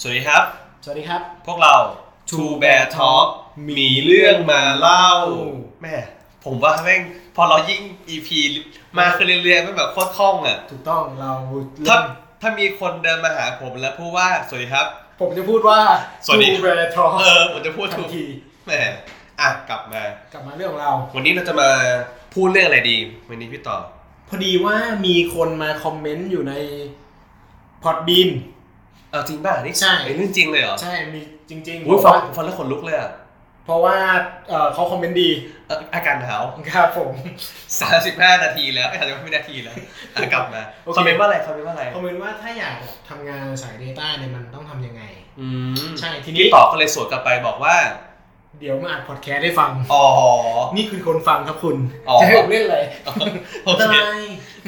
สวัสดีครับ สวัสดีครับ พวกเรา Two Bear Talk มีเรื่องมาเล่าแม่ผมว่าแม่งพอเรายิ่ง EP มากขึ้นเรื่อยๆแม่งแบบโคตรคล่องอ่ะ ถูกต้องเรา ถ้าถ้ามีคนเดินมาหาผมแล้วพูดว่าสวัสดีครับ ผมจะพูดว่า สวัสดี แบรนด์ทรอ เออผมจะพูด ทั ถู น ก ที แม่อ่ะกลับมา กลับมาเรื่องของเรา วันนี้เราจะมาพูดเรื่องอะไรดีวันนี้พี่ต่อ พอดีว่ามีคนมาคอมเมนต์อยู่ในพอดบีน เอาจริงป่ะนี่ ใช่ ไอ้เรื่องจริงเลยเหรอ ใช่มีจริงๆ อุ้ย เพ ฟั ราะ ง ว่า ฟังแล้วขนลุกเลยอ่ะ เพราะว่าเอ่อเขาคอมเมนต์ดี เอ่ออาการหนาว ครับผม 35 นาทีแล้วไอ้สามสิบห้านาทีแล้วอ่ะกลับมา โอเค คอมเมนต์ว่าอะไรคอมเมนต์ว่าอะไร คอมเมนต์ว่าถ้าอยากทำงานสาย Data เนี่ยมันต้องทำยังไง อืม ใช่ทีนี้ พี่ต่อก็เลยสวนกลับไปบอกว่า เดี๋ยวมาอัดพอดแคสต์ได้ฟัง อ๋อ นี่คือคนฟังครับคุณ อ๋อ จะให้ผมเล่นอะไร โอเค ได้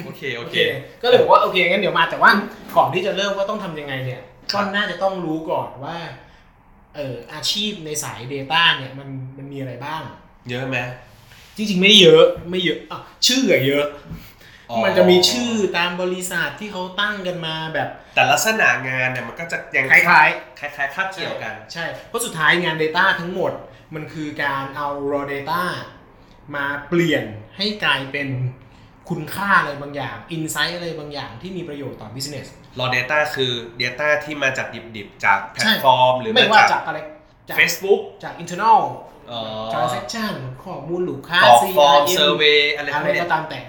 โอเค โอ โอ เค เค ก็เลยบอกว่าโอเคงั้นเดี๋ยวมาแต่ว่าก่อนที่จะเริ่มว่าต้องทำยังไงเนี่ย ครั ก็ บ น่าจะต้องรู้ก่อนว่าเอออาชีพในสาย Data เนี่ยมันมันมีอะไรบ้าง เยอะไหม จริงๆไม่เยอะไม่เยอะอ่ะชื่ออะเยอะ อ๋อ มันจะมีชื่อตามบริษัทที่เขาตั้งกันมาแบบ แต่ลักษณะงานเนี่ยมันก็จะยัง คล้าย คล้ายคล้ายๆคาบ ๆ เกี่ยวกัน ใช่เพราะสุดท้ายงาน Data ทั้งหมดมันคือการเอา raw data มาเปลี่ยนให้กลายเป็นคุณค่าอะไรบางอย่าง insight อะไรบางอย่างที่มีประโยชน์ต่อ business raw data คือ data ที่มาจากดิบๆ จากแพล ใช่ ตฟอร์ม หรือ ไม่ มา ว่า จา จาก กอะไรจาก Facebook จาก internal อ๋อ transaction ข้อมูลลูกค้า ตอบฟอร์ม CRM เซอร์เวยอะไร อะ พว ไร กเนี้ ก็ ย ตามแต่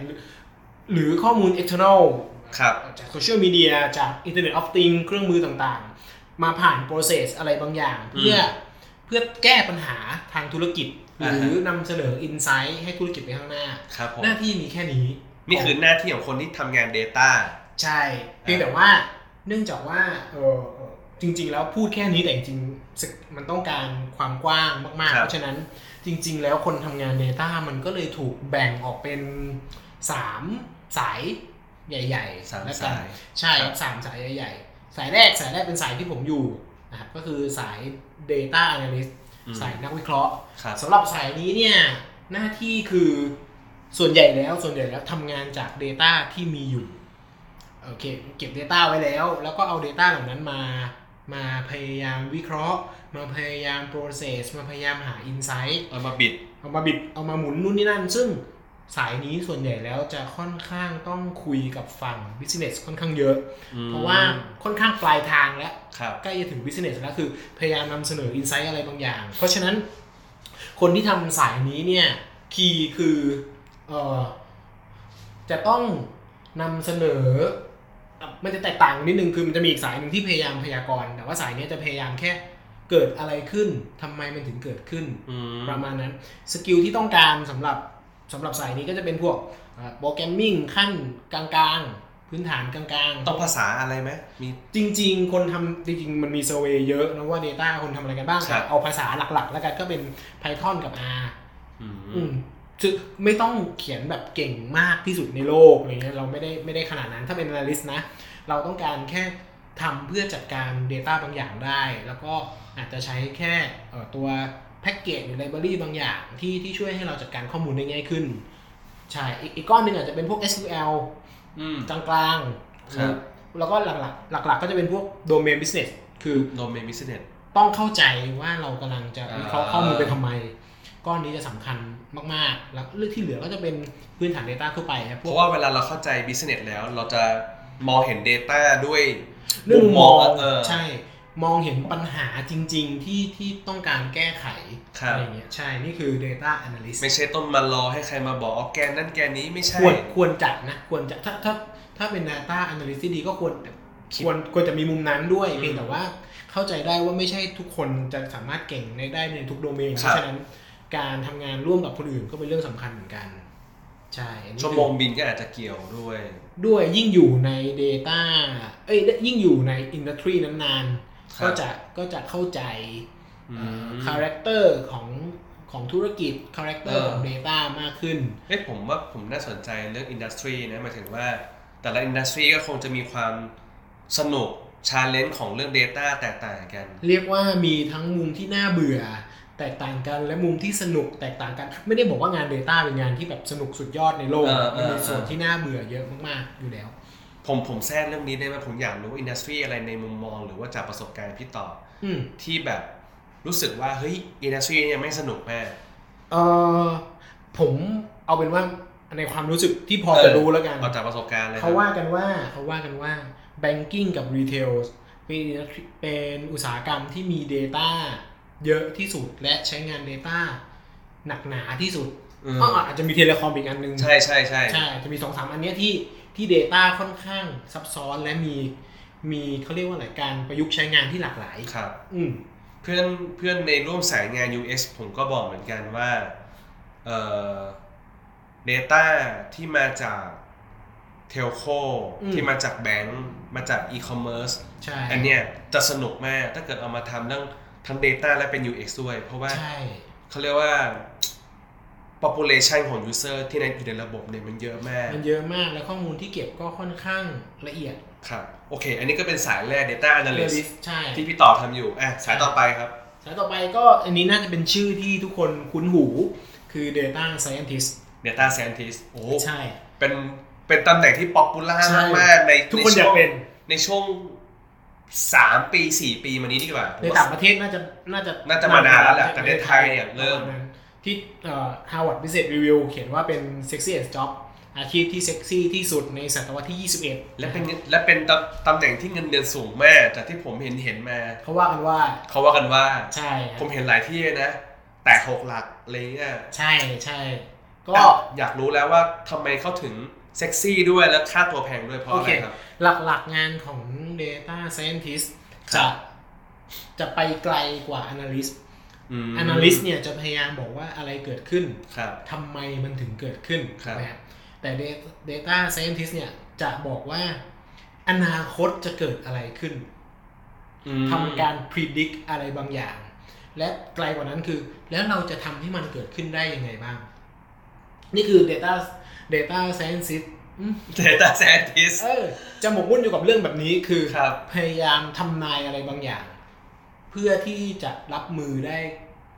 หรือข้อมูล external ครับ จาก social media จาก internet of things เครื่องมือต่างๆ มาผ่าน process อะไรบางอย่าง อืม เพื่อเพื่อแก้ปัญหาทางธุรกิจ ห อ่าฮะ รือนำเสนอ insight ให้ธุรกิจไปข้างหน้า ครับผม หน้าที่มีแค่นี้ นี่คือหน้าที่ของคนที่ทำงาน Data ใช่เพียงแต่ว่าเนื่องจากว่าเออเอ่อจริง ๆ แล้วพูดแค่นี้แต่จริงๆสกมันต้องการความกว้างมากๆ ครับ เพราะฉะนั้นจริง ๆ แล้วคนทำงาน Data มันก็เลยถูกแบ่งออกเป็น 3 สายใหญ่ๆ สาม แล้วกัน สาย ใช่ ครับ สามสายใหญ่ๆ สายแรกสายแรกเป็นสายที่ผมอยู่นะครับก็คือสาย Data Analyst อืม สายนักวิเคราะห์ ครับ สำหรับสายนี้เนี่ยหน้าที่คือส่วนใหญ่แล้วส่วนใหญ่แล้วทำงานจาก Data ที่มีอยู่โอเคเก็บ Data ไว้แล้ว แล้วก็เอา Data เหล่านั้นมา มาพยายามวิเคราะห์ มาพยายาม process มาพยายามหา insight เอามาบิด เอามาบิดเอามาหมุนนู่นนี่นั่น ซึ่งสายนี้ส่วนใหญ่แล้วจะค่อนข้างต้องคุยกับฝั่ง business ค่อนข้างเยอะ เพราะว่าค่อนข้างปลายทางแล้ว ครับ ใกล้จะถึง business แล้วคือพยายามนำเสนอ insight อะไรบางอย่าง เพราะฉะนั้นคนที่ทำสายนี้เนี่ยคีย์คือเออจะต้องนำเสนออ่ะมันจะแตกต่างนิดนึงคือมันจะมีอีกสายหนึ่งที่พยายามพยากรณ์แต่ว่าสายเนี้ยจะพยายามแค่เกิดอะไรขึ้นทำไมมันถึงเกิดขึ้น อืม ประมาณนั้นสกิลที่ต้องการสำหรับสำหรับสายนี้ก็จะเป็นพวกโปรแกรมมิ่งขั้นกลางๆ พื้นฐานกลาง ต้องภาษาอะไรไหมมี ๆ จริง ๆ คนทำจริงๆ มันมีเซอร์เวยเยอะนะว่า Data คนทำอะไรกันบ้าง ครับ เอาภาษาหลักๆ แล้วกันก็เป็น Python กับ R อืม อืมคือไม่ต้องเขียนแบบเก่งมากที่สุดในโลกอะไรเงี้ยเราไม่ได้ไม่ได้ขนาดนั้นถ้าเป็น analyst นะ เราต้องการแค่ทำเพื่อจัดการ Data บางอย่างได้ แล้วก็อาจจะใช้แค่เอ่อตัวแพ็กเกจหรือไลบรารีบางอย่างที่ที่ช่วยให้เราจัดการข้อมูลได้ง่ายขึ้น ใช่อีกอีกก้อนหนึ่งอาจจะเป็นพวก SQL อืม กลางๆ ครับ แล้วก็หลักๆ หลักๆ ก็จะเป็นพวก domain business คือ โดเมนบิสเนส ต้องเข้าใจว่าเรากำลังจะวิเคราะห์ อ่า ข้อมูลไปทำไม ก้อนนี้จะสำคัญมากๆ แล้วเรื่องที่เหลือก็จะเป็นพื้นฐาน Data ทั่วไปครับ เพ พว ราะ ก ว่าเวลาเราเข้าใจ business แล้ว เราจะมองเห็น Data ด้วย เรื่องมอง เออ ใช่ มองเห็นปัญหาจริง ๆ ที่ที่ต้องการแก้ไข ครับ อะไรอย่างเงี้ยใช่ นี่คือ Data Analyst ไม่ใช่ต้นมารอให้ใครมาบอกอ๋อแกนนั่นแกนนี้ไม่ใช่ ควรควรจะนะ ควรจะถ้าถ้าถ้าเป็น Data Analyst ที่ดีก็ควร คิด ควรควรจะมีมุมนั้นด้วย อืม เพียงแต่ว่าเข้าใจได้ว่าไม่ใช่ทุกคนจะสามารถเก่งในได้ในทุกโดเมน ครับ เพราะฉะนั้นการทำงานร่วมกับคนอื่นก็เป็นเรื่องสำคัญเหมือนกัน ใช่อันนี้ ชั่วโมงบินก็อาจจะเกี่ยวด้วย ด้วยยิ่งอยู่ใน Data เอ้ยยิ่งอยู่ในอินดัสทรีนาน ค ๆ รับ ก็จะก็จะเข้าใจ อืม คาแรคเตอร์ของของธุรกิจคาแรคเตอร์ เออ ของ Data มากขึ้น เอ้ยผมว่าผมน่าสนใจเรื่องอินดัสทรีนะหมายถึงว่า แต่ละอินดัสทรีก็คงจะมีความสนุกชาเลนจ์ของเรื่อง Data แตกต่างกัน เรียกว่ามีทั้งมุมที่น่าเบื่อ แตกต่างกันและมุมที่สนุกแตกต่างกัน ไม่ได้บอกว่างาน Data เป็นงานที่แบบสนุกสุดยอดในโลก เออเออ มันมีส่วน เออ ที่น่าเบื่อเยอะมากๆอยู่แล้ว ผมผมแทรกเรื่องนี้ได้ไหมผมอยากรู้อินดัสทรีอะไรในมุมมอง หรือว่าจากประสบการณ์พี่ต่อ อืม ที่แบบรู้สึกว่าเฮ้ยอินดัสทรีเนี่ยไม่สนุกแม่ เออผมเอาเป็นว่าในความรู้สึกที่พอ เออ จะรู้แล้วกัน เอาจากประสบการณ์เลยนะ เขาว่ากันว่าเขาว่ากันว่าแบงกิ้งกับรีเทลเป็นเป็นอุตสาหกรรมที่มี Data เยอะที่สุดและใช้งาน Data หนักหนาที่สุด อืม ก็อาจจะมีเทเลคอมอีกอันหนึง ใช่ใช่ใช่ ใช่จะมีสองสามอันเนี้ยที่ที่ Data ค่อนข้างซับซ้อนและมีมีเขาเรียกว่าอะไรการประยุกต์ใช้งานที่หลากหลาย ครับ อืม เพื่อนเพื่อนในร่วมสายงาน UX ผมก็บอกเหมือนกันว่าเอ่อ Data ที่มาจากเทลโค อืม ที่มาจากแบงก์มาจากอีคอมเมิร์ซ ใช่ อันเนี้ยจะสนุกมากถ้าเกิดเอามาทำเรื่องทั้ง Data และเป็น UX ด้วย เพราะว่า ใช่ เขาเรียกว่า population ของ user ที่ในอยู่ในระบบเนี่ยมันเยอะมาก มันเยอะมากและข้อมูลที่เก็บก็ค่อนข้างละเอียด ครับ โอเค อันนี้ก็เป็นสายแรก Data Analyst ใช่ ที่พี่ต่อทำอยู่อ่ะสายต่อไปครับ สายต่อไปก็อันนี้น่าจะเป็นชื่อที่ทุกคนคุ้นหู คือ Data Scientist Data Scientist โอ้ ใช่ เป็นเป็นตำแหน่งที่ป๊อปปูล่า ใช่ มากๆใน ทุกคน ใ อยากเป็น ในช่วงสามปีสี่ปีมานี้ดีกว่าผม ใน ว่า ต่างประเทศน่าจะน่าจะ น่าจะมานานแล้วแหละแต่ในไทยเนี่ยเริ่ม ประาณนั้นที่เอ่อ Harvard Business Review เขียนว่าเป็น sexiest job อาชีพที่เซ็กซี่ที่สุดในศตวรรษที่ 21 และเป็นและเป็นตำตำแหน่งที่เงินเดือนสูงมากจากที่ผมเห็นเห็นมา เขาว่ากันว่า เขาว่ากันว่า ใช่ฮะ ผมเห็นหลายที่นะ แต่หกหลักอะไรเงี้ย ใช่ใช่ก็ แต่อยากรู้แล้วว่าทำไมเขาถึงเซ็กซี่ด้วยและค่าตัวแพงด้วยเพราะ โอ อะไร เค ครับ หลักๆงานของ Data Scientist ครั จะ บ จะไปไกลกว่า Analyst ม Analyst เนี่ยจะพยายามบอกว่าอะไรเกิดขึ้น ครับ ทำไมมันถึงเกิดขึ้น ครับ นะฮะแต่ Data- Data Scientist เนี่ยจะบอกว่าอนาคตจะเกิดอะไรขึ้น อืม ทำการ predict อะไรบางอย่าง และไกลกว่านั้นคือ แล้วเราจะทำให้มันเกิดขึ้นได้ยังไงบ้าง นี่คือ Data Data Scientist อื ม Data Scientist เออจะหมกมุ่นอยู่กับเรื่องแบบนี้คือ ครับ พยายามทำนายอะไรบางอย่าง เพื่อที่จะรับมือได้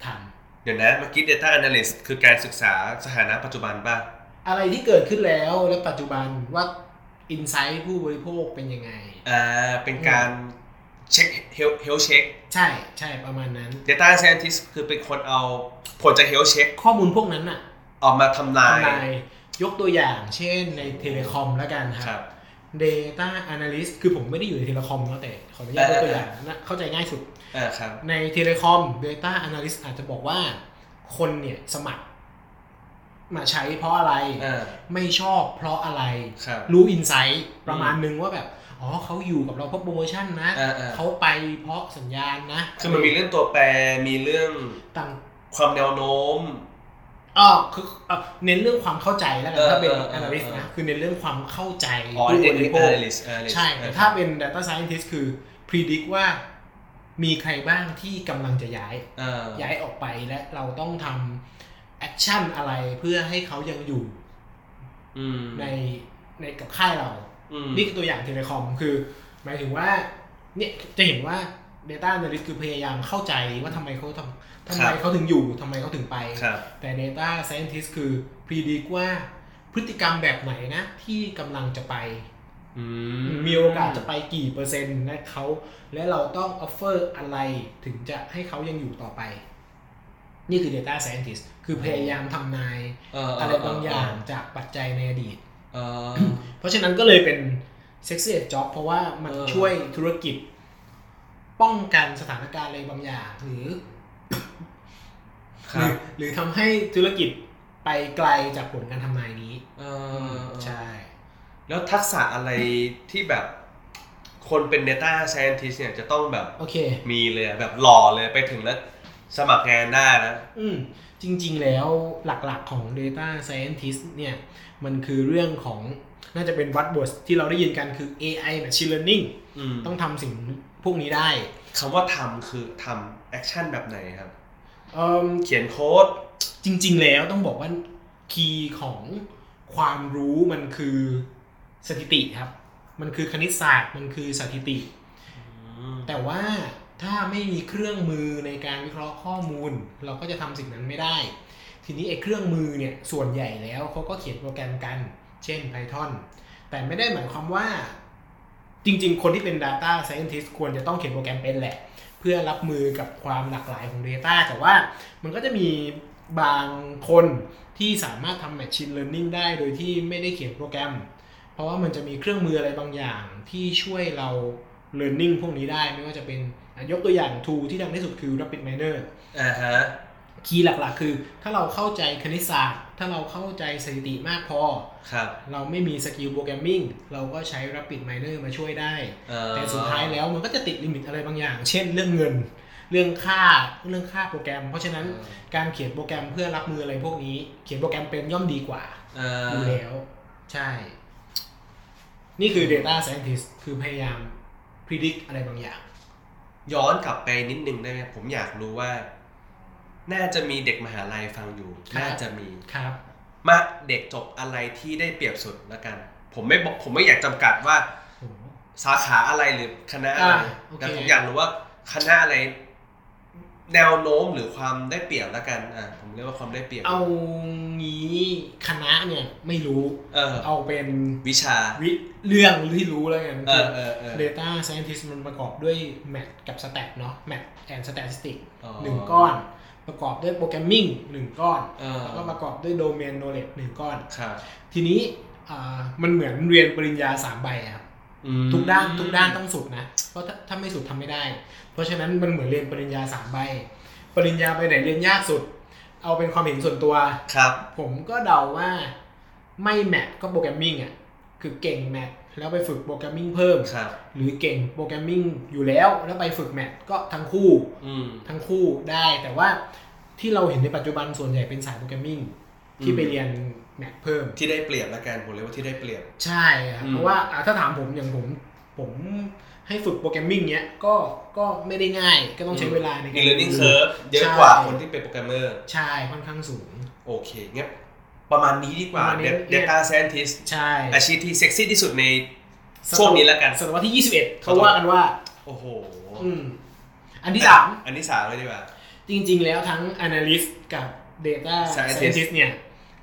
ทัน เดี๋ยวนะเมื่อกี้ Data Analyst คือการศึกษาสถานะปัจจุบันป่ะ อะไรที่เกิดขึ้นแล้วและปัจจุบันว่าอินไซต์ผู้บริโภคเป็นยังไง อ่าเป็นการเช็คเฮลเฮลเช็ค ใช่ใช่ประมาณนั้น Data Scientist คือเป็นคนเอาผลจากเฮลเช็ค ข้อมูลพวกนั้นน่ะ ออกมาทำนาย ทำนายยกตัวอย่างเช่นในเทเลคอมแล้วกันค ค รั รับ บ Data Analyst คือผมไม่ได้อยู่ในเทเลคอมเนาะแต่ขออนุญาตยกตัวอย่างนะเข้าใจง่ายสุด อ่าครับ ในเทเลคอม Data Analyst อาจจะบอกว่าคนเนี่ยสมัคร มาใช้เพราะอะไร อ่า ไม่ชอบเพราะอะไร ครับ รู้อินไซต์ประมาณนึงว่าแบบ อ๋อเขาอยู่กับเราเพราะโปรโมชั่นนะ อ่าๆ เขาไปเพราะสัญญาณนะ คือมันมีเรื่องตัวแปร มีเรื่อง ต่าง ความแนวโน้ม อ๋อคืออ่ะเน้นเรื่องความเข้าใจแล้วกั เอน อ ถ้าเป็น เออเออ analyst นะ คือเน้นเรื่องความเข้าใจ อ๋อ ผู้บริโภค Analyst ใช่ แต่ถ้าเป็น data scientist คือ predict ว่ามีใครบ้างที่กำลังจะย้าย อ่า ย้ายออกไปและเราต้องทำแอคชั่นอะไรเพื่อให้เขายังอยู่ อืม ในในกับค่ายเรา อืม นี่คือตัวอย่างเทเลคอมคือ หมายถึงว่าเนี่ยจะเห็นว่า Data Analyst คือพยายามเข้าใจว่าทำไมเขาทำทำไมเขาถึงอยู่ทำไมเขาถึงไป ครับ แต่ Data Scientist คือ predict ว่าพฤติกรรมแบบไหนนะที่กำลังจะไป อื มีโอกาสจะไปกี่เปอร์เซ็นต์นะเขาและเราต้อง offer อะไรถึงจะให้เขายังอยู่ต่อไป นี่คือ Data Scientist คือพยายามทำนาย เเ อะไรบางอย่างจากปัจจัยในอดีต เออ เพราะฉะนั้นก็เลยเป็น sexy job เพราะว่ามัน เออ ช่วยธุรกิจ ป้องกันสถานการณ์อะไรบางอย่าง หรือ ค ห รั รื บ อหรือทำให้ธุรกิจไปไกลจากผลการทำนายนี้ เออ ใช่ แล้วทักษะอะไรที่แบบคนเป็น Data Scientist เนี่ยจะต้องแบบ โอเค มีเลยอะแบบหล่อเลยไปถึงแล้วสมัครงานได้นะ อืมจริงๆแล้วหลักๆของ Data Scientist เนี่ยมันคือเรื่องของน่าจะเป็นวัตบทที่เราได้ยินกันคือ AI Machine Learning อืม ต้องทำสิ่งพวกนี้ได้ คำว่าทำคือทำแอคชั่นแบบไหนครับ เอิ่ม เขียนโค้ด จริงๆแล้วต้องบอกว่าคีย์ของความรู้มันคือสถิติครับ มันคือคณิตศาสตร์มันคือสถิติ แต่ว่าถ้าไม่มีเครื่องมือในการวิเคราะห์ข้อมูล เราก็จะทำสิ่งนั้นไม่ได้ ทีนี้ไอ้เครื่องมือเนี่ยส่วนใหญ่แล้วเขาก็เขียนโปรแกรมกัน เช่น Python แต่ไม่ได้หมายความว่า จริง ๆ คนที่เป็น Data Scientist ควรจะต้องเขียนโปรแกรมเป็นแหละ เพื่อรับมือกับความหลากหลายของ Data แต่ว่ามันก็จะมีบางคนที่สามารถทำ Machine Learning ได้โดยที่ไม่ได้เขียนโปรแกรม เพราะว่ามันจะมีเครื่องมืออะไรบางอย่างที่ช่วยเรา Learning พวกนี้ได้ไม่ว่าจะเป็นอ่ะยกตัวอย่าง tool ที่ดังที่สุดคือ RapidMiner อ่าฮะ คีย์หลักๆ คือ ถ้าเราเข้าใจคณิตศาสตร์ ถ้าเราเข้าใจสถิติมากพอ ครับ เราไม่มีสกิลโปรแกรมมิ่งเราก็ใช้ Rapid Miner มาช่วยได้ เอ่อ แต่สุดท้ายแล้วมันก็จะติดลิมิตอะไรบางอย่าง เช่นเรื่องเงิน เรื่องค่าเรื่องค่าโปรแกรม เพราะฉะนั้นการเขียนโปรแกรมเพื่อรับมืออะไรพวกนี้ เขียนโปรแกรมเป็นย่อมดีกว่า เอ่อ อยู่แล้ว ใช่ นี่คือ Data Scientist คือพยายาม predict อะไรบางอย่าง ย้อนกลับไปนิดนึงได้ไหมผมอยากรู้ว่า น่าจะมีเด็กมหาลัยฟังอยู่ ครับ น่าจะมี ครับ มาเด็กจบอะไรที่ได้เปรียบสุดละกัน ผมไม่บอกผมไม่อยากจำกัดว่า สาขาอะไรหรือคณะอะไร อ่าโอเค แต่ผมอยากรู้ว่าคณะอะไร แนวโน้มหรือความได้เปรียบละกันอ่ะผมเรียกว่าความได้เปรียบ เอางี้คณะเนี่ยไม่รู้ เออ เอาเป็น วิชา วิเรื่องที่รู้แล้วกัน เอ คือ อ เออเออ Data Scientist มันประกอบด้วย Math กับ Stat เนาะ Math and Statistics อ๋อ หนึ่งก้อน ประกอบด้วย Programming หนึ่งก้อน เออ แล้วก็ประกอบด้วย Domain Knowledge หนึ่งก้อน ครับ ทีนี้อ่ามันเหมือนเรียนปริญญาสามใบอะครับ อืม ทุกด้านทุกด้านต้องสุดนะ เพราะถ้าถ้าไม่สุดทำไม่ได้ เพราะฉะนั้นมันเหมือนเรียนปริญญาสามใบ ปริญญาใบไหนเรียนยากสุด เอาเป็นความเห็นส่วนตัว ครับ ผมก็เดาว่าไม่แมทก็โปรแกรมมิ่งอ่ะคือเก่งแมทแล้วไปฝึกโปรแกรมมิ่งเพิ่ม ครับ หรือเก่งโปรแกรมมิ่งอยู่แล้วแล้วไปฝึกแมทก็ทั้งคู่ อืม ทั้งคู่ได้ แต่ว่าที่เราเห็นในปัจจุบันส่วนใหญ่เป็นสายโปรแกรมมิ่งที่ อืม ไปเรียนแมทเพิ่ม ที่ได้เปรียบละกันผมเรียกว่าที่ได้เปรียบ ใช่ครับ อืม เพราะว่าอ่ะถ้าถามผมอย่างผมผมให้ฝึกโปรแกรมมิ่งเนี้ยก็ก็ไม่ได้ง่ายก็ต้องใช้เวลาใน มี การ learning curve เยอะ ใช่ กว่าคนที่เป็นโปรแกรมเมอร์ ใช่ค่อนข้างสูง โอเคงั้นประมาณนี้ดีกว่า ประมาณนี้ Data- data scientist ใช่ อาชีพที่เซ็กซี่ที่สุดในช่วงนี้ละกัน ศตวรรษที่ 21 เขาว่ากันว่า โอ้โห อืม อันที่สาม อันที่สามเลยดีกว่า จริง ๆ แล้วทั้ง Analyst กับ Data Scientist Scientist เนี่ย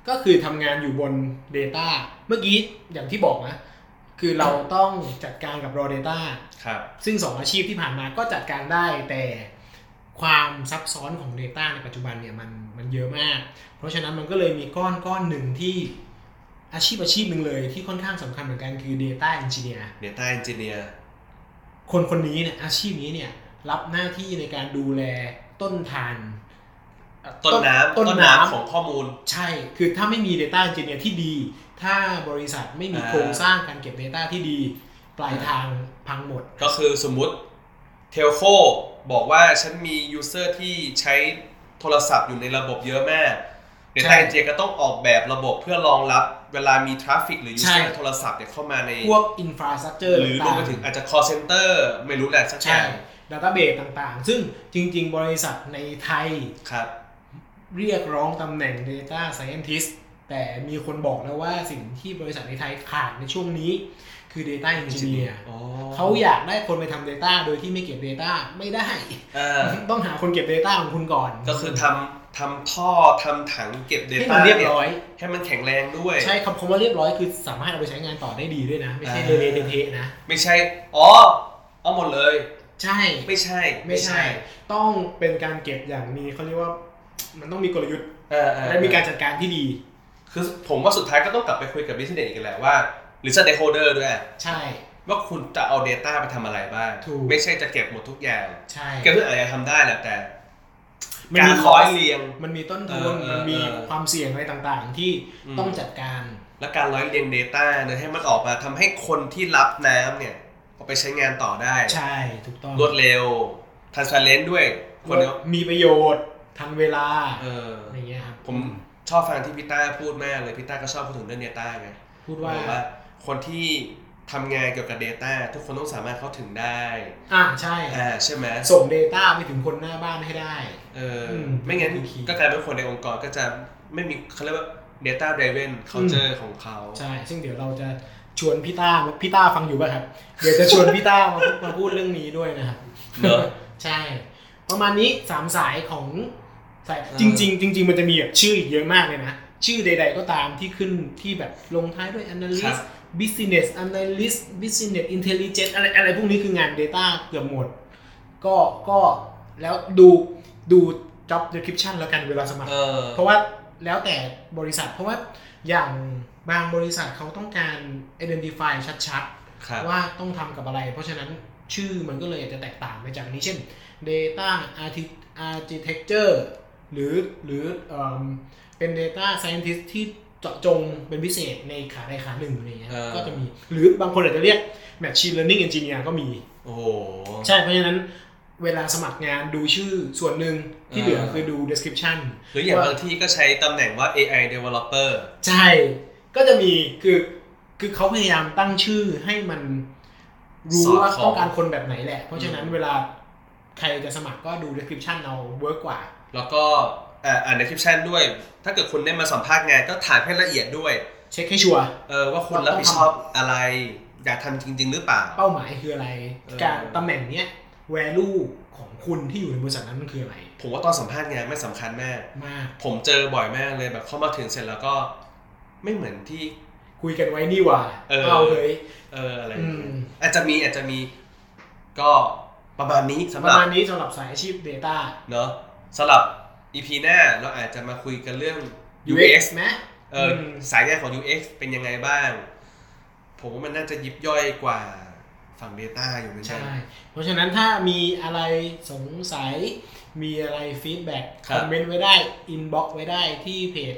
ก็คือทำงานอยู่บน Data เมื่อกี้อย่างที่บอกนะ คือเราต้องจัดการกับ raw data ครับ ซึ่งสองอาชีพที่ผ่านมาก็จัดการได้แต่ความซับซ้อนของ Data ในปัจจุบันเนี่ยมันมันเยอะมาก เพราะฉะนั้นมันก็เลยมีก้อนก้อนหนึ่งที่อาชีพอาชีพหนึ่งเลยที่ค่อนข้างสำคัญเหมือนกันคือ Data Engineer Data Engineer คนคนนี้เนี่ยอาชีพนี้เนี่ยรับหน้าที่ในการดูแลต้นทานเอ่อ ต้นน้ำ ต้น ข น้ำ องข้อมูล ใช่คือถ้าไม่มี Data Engineer ที่ดี ถ้าบริษัทไม่มี อ่า โครงสร้างการเก็บ Data ที่ดี ปลายทางพังหมด ก็คือสมมุติเทลโคบอกว่าฉันมียูเซอร์ที่ใช้โทรศัพท์อยู่ในระบบเยอะมาก Data ใช่ Engineer ก็ต้องออกแบบระบบเพื่อรองรับเวลามีทราฟฟิกหรือยู ใช่ เซอร์โทรศัพท์เนี่ยเข้ามาใน พวก Infrastructure หรือรวมไปถึงอาจจะ call center ไม่รู้แหละสักอ ใช่ ย่าง Database ต่างๆ ซึ่งจริง ๆ บริษัทในไทย ครับ เรียกร้องตำแหน่ง Data Scientist แต่มีคนบอกแล้วว่าสิ่งที่บริษัทในไทยขาดในช่วงนี้คือ Data Engineer อ๋อ เขาอยากได้คนไปทำ Data โดยที่ไม่เก็บ Data ไม่ได้ อ่า ต้องหาคนเก็บ Data ของคุณก่อน ก็คือทำทำท่อทำถังเก็บ ให้ Data มันเรียบ นี่ ร้อย ให้มันแข็งแรงด้วย ใช่คำคำว่าเรียบร้อยคือสามารถเอาไปใช้งานต่อได้ดีด้วยนะ ไม่ใช่ อ่า เลเทเทะนะ ไม่ใช่ อ๋อ เอาหมดเลย ใช่ ไม่ใช่ ไม่ใช่ ต้องเป็นการเก็บอย่างมีเขาเรียกว่ามันต้องมีกลยุทธ์ เออเออ และมีการจัดการที่ดี คือผมว่าสุดท้ายก็ต้องกลับไปคุยกับ business อีกแหละว่า หรือ stakeholder ด้วย ใช่ ว่าคุณจะเอา Data ไปทำอะไรบ้าง ถูก ไม่ใช่จะเก็บหมดทุกอย่าง ใช่ เก็บทุกอย่างอาจจะทำได้แหละแต่ มัน กา มี ร ค ร้ อ อย ส เรียง มันมีต้นทุน เออเออ มันมี เออ ความเสี่ยงอะไรต่างๆ ที่ อืม ต้องจัดการ และการร้อยเรียง Data เนี่ยให้มันออกมาทำให้คนที่รับน้ำเนี่ยเอาไปใช้งานต่อได้ ใช่ถูกต้อง รวดเร็ว transparent ด้วยคนเดียว มีประโยชน์ทันเวลา เออ อะไรเงี้ยครับ ผมชอบฟังที่พี่ต้าพูดมากเลยพี่ต้าก็ชอบพูดถึงเรื่อง Data ไง พูด ว่า ว่า คนที่ทำงานเกี่ยวกับ Data ทุกคนต้องสามารถเข้าถึงได้ อ่าใช่ อ่าใช่ไหม ส่ง Data ไปถึงคนหน้าบ้านให้ได้ เอออ ม ไม่งั้น มีคีย์ ก็กลายเป็นคนในองค์กรก็จะไม่มีเขาเรียกว่า Data driven culture ของเขา ใช่ ซึ่งเดี๋ยวเราจะชวนพี่ต้าพี่ต้าฟังอยู่ป่ะครับ เดี๋ยวจะชวนพี่ต้ามามาพูดเรื่องนี้ด้วยนะครับ เนอะ ใช่ ประมาณนี้สามสายของสาย เออ จริง ๆ จริง ๆ มันจะมีแบบชื่ออีกเยอะมากเลยนะ ชื่อใด ๆ ก็ตามที่ขึ้นที่แบบลงท้ายด้วย ครับ analyst Business Analyst Business Intelligence อะไรอะไรพวกนี้คืองาน Data เกือบหมด ก็ก็แล้วดูดู Job Description แล้วกันเวลาสมัคร เออ เพราะว่าแล้วแต่บริษัท เพราะว่าอย่างบางบริษัทเขาต้องการ identify ชัด ครับ ๆ ว่าต้องทำกับอะไร เพราะฉะนั้นชื่อมันก็เลยอาจจะแตกต่างไปจากนี้เช่น data Archi- architecture หรือหรือเอิ่มเป็น data scientist ที่เจาะจงเป็นพิเศษในขาใดขาหนึ่งอะไรเงี้ย เออ ก็จะมี หรือบางคนอาจจะเรียก machine learning engineer ก็มี โอ้โห ใช่เพราะฉะนั้นเวลาสมัครงานดูชื่อส่วนหนึ่งที่เหลือ เออ คือดู description หรืออย่าง ว่า บางที่ก็ใช้ตำแหน่งว่า AI developer ใช่ ก็จะมีคือคือเขาพยายามตั้งชื่อให้มันรู้ สอด ว่า คล้อง ต้องการคนแบบไหนแหละ เพราะฉะนั้น อืม เวลาใครจะสมัครก็ดู description เอาเวิร์กกว่า แล้วก็เอ่ออ่านในคลิปชั่นด้วย ถ้าเกิดคุณได้มาสัมภาษณ์งานก็ถามให้ละเอียดด้วย เช็คให้ชัวร์ เออว่าคุณรับผิดชอบอะไร อยากทำจริง ๆ หรือเปล่า เป้าหมายคืออะไร เออ การตำแหน่งเนี้ย value ของคุณที่อยู่ในบริษัทนั้นมันคืออะไร ผมว่าตอนสัมภาษณ์งานไม่สำคัญมาก มาก ผมเจอบ่อยมากเลยแบบเข้ามาถึงเสร็จแล้วก็ไม่เหมือนที่ คุยกันไว้นี่หว่า เออ เลย เอออะไร อืม อาจจะมีอาจจะมีก็ประมาณนี้สำ ป ห ระ รับ มาณนี้สำหรับสายอาชีพ Data เนาะสำหรับ EP หน้าเราอาจจะมาคุยกันเรื่อง UX นะ เอออ ม สายงานของ UX เป็นยังไงบ้าง ผมว่ามันน่าจะยิบย่อยกว่าฝั่ง Data อยู่เหมือนกั ใช่ น เพราะฉะนั้นถ้ามีอะไรสงสัย มีอะไรฟีดแบ็ก ค ครับ อมเมนต์ไว้ได้ อินบ็อกไว้ได้ที่เพจ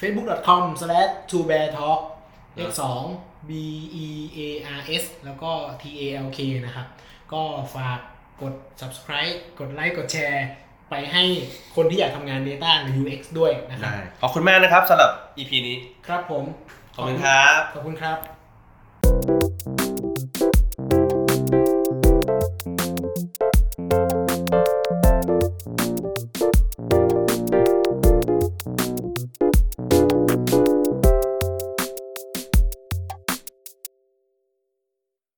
facebook.com slash t o b e a r t a l k x 2 b e a r s แล้วก็ t a l k นะครับ ก็ฝากกด subscribe กดไลค์กดแชร์ ไปให้คนที่อยากทำงาน Data หรือ UX ด้วยนะครับ ได้ขอบคุณมากนะครับสำหรับ EP นี้ ครับผม ขอบคุณครับ ขอบคุณครับ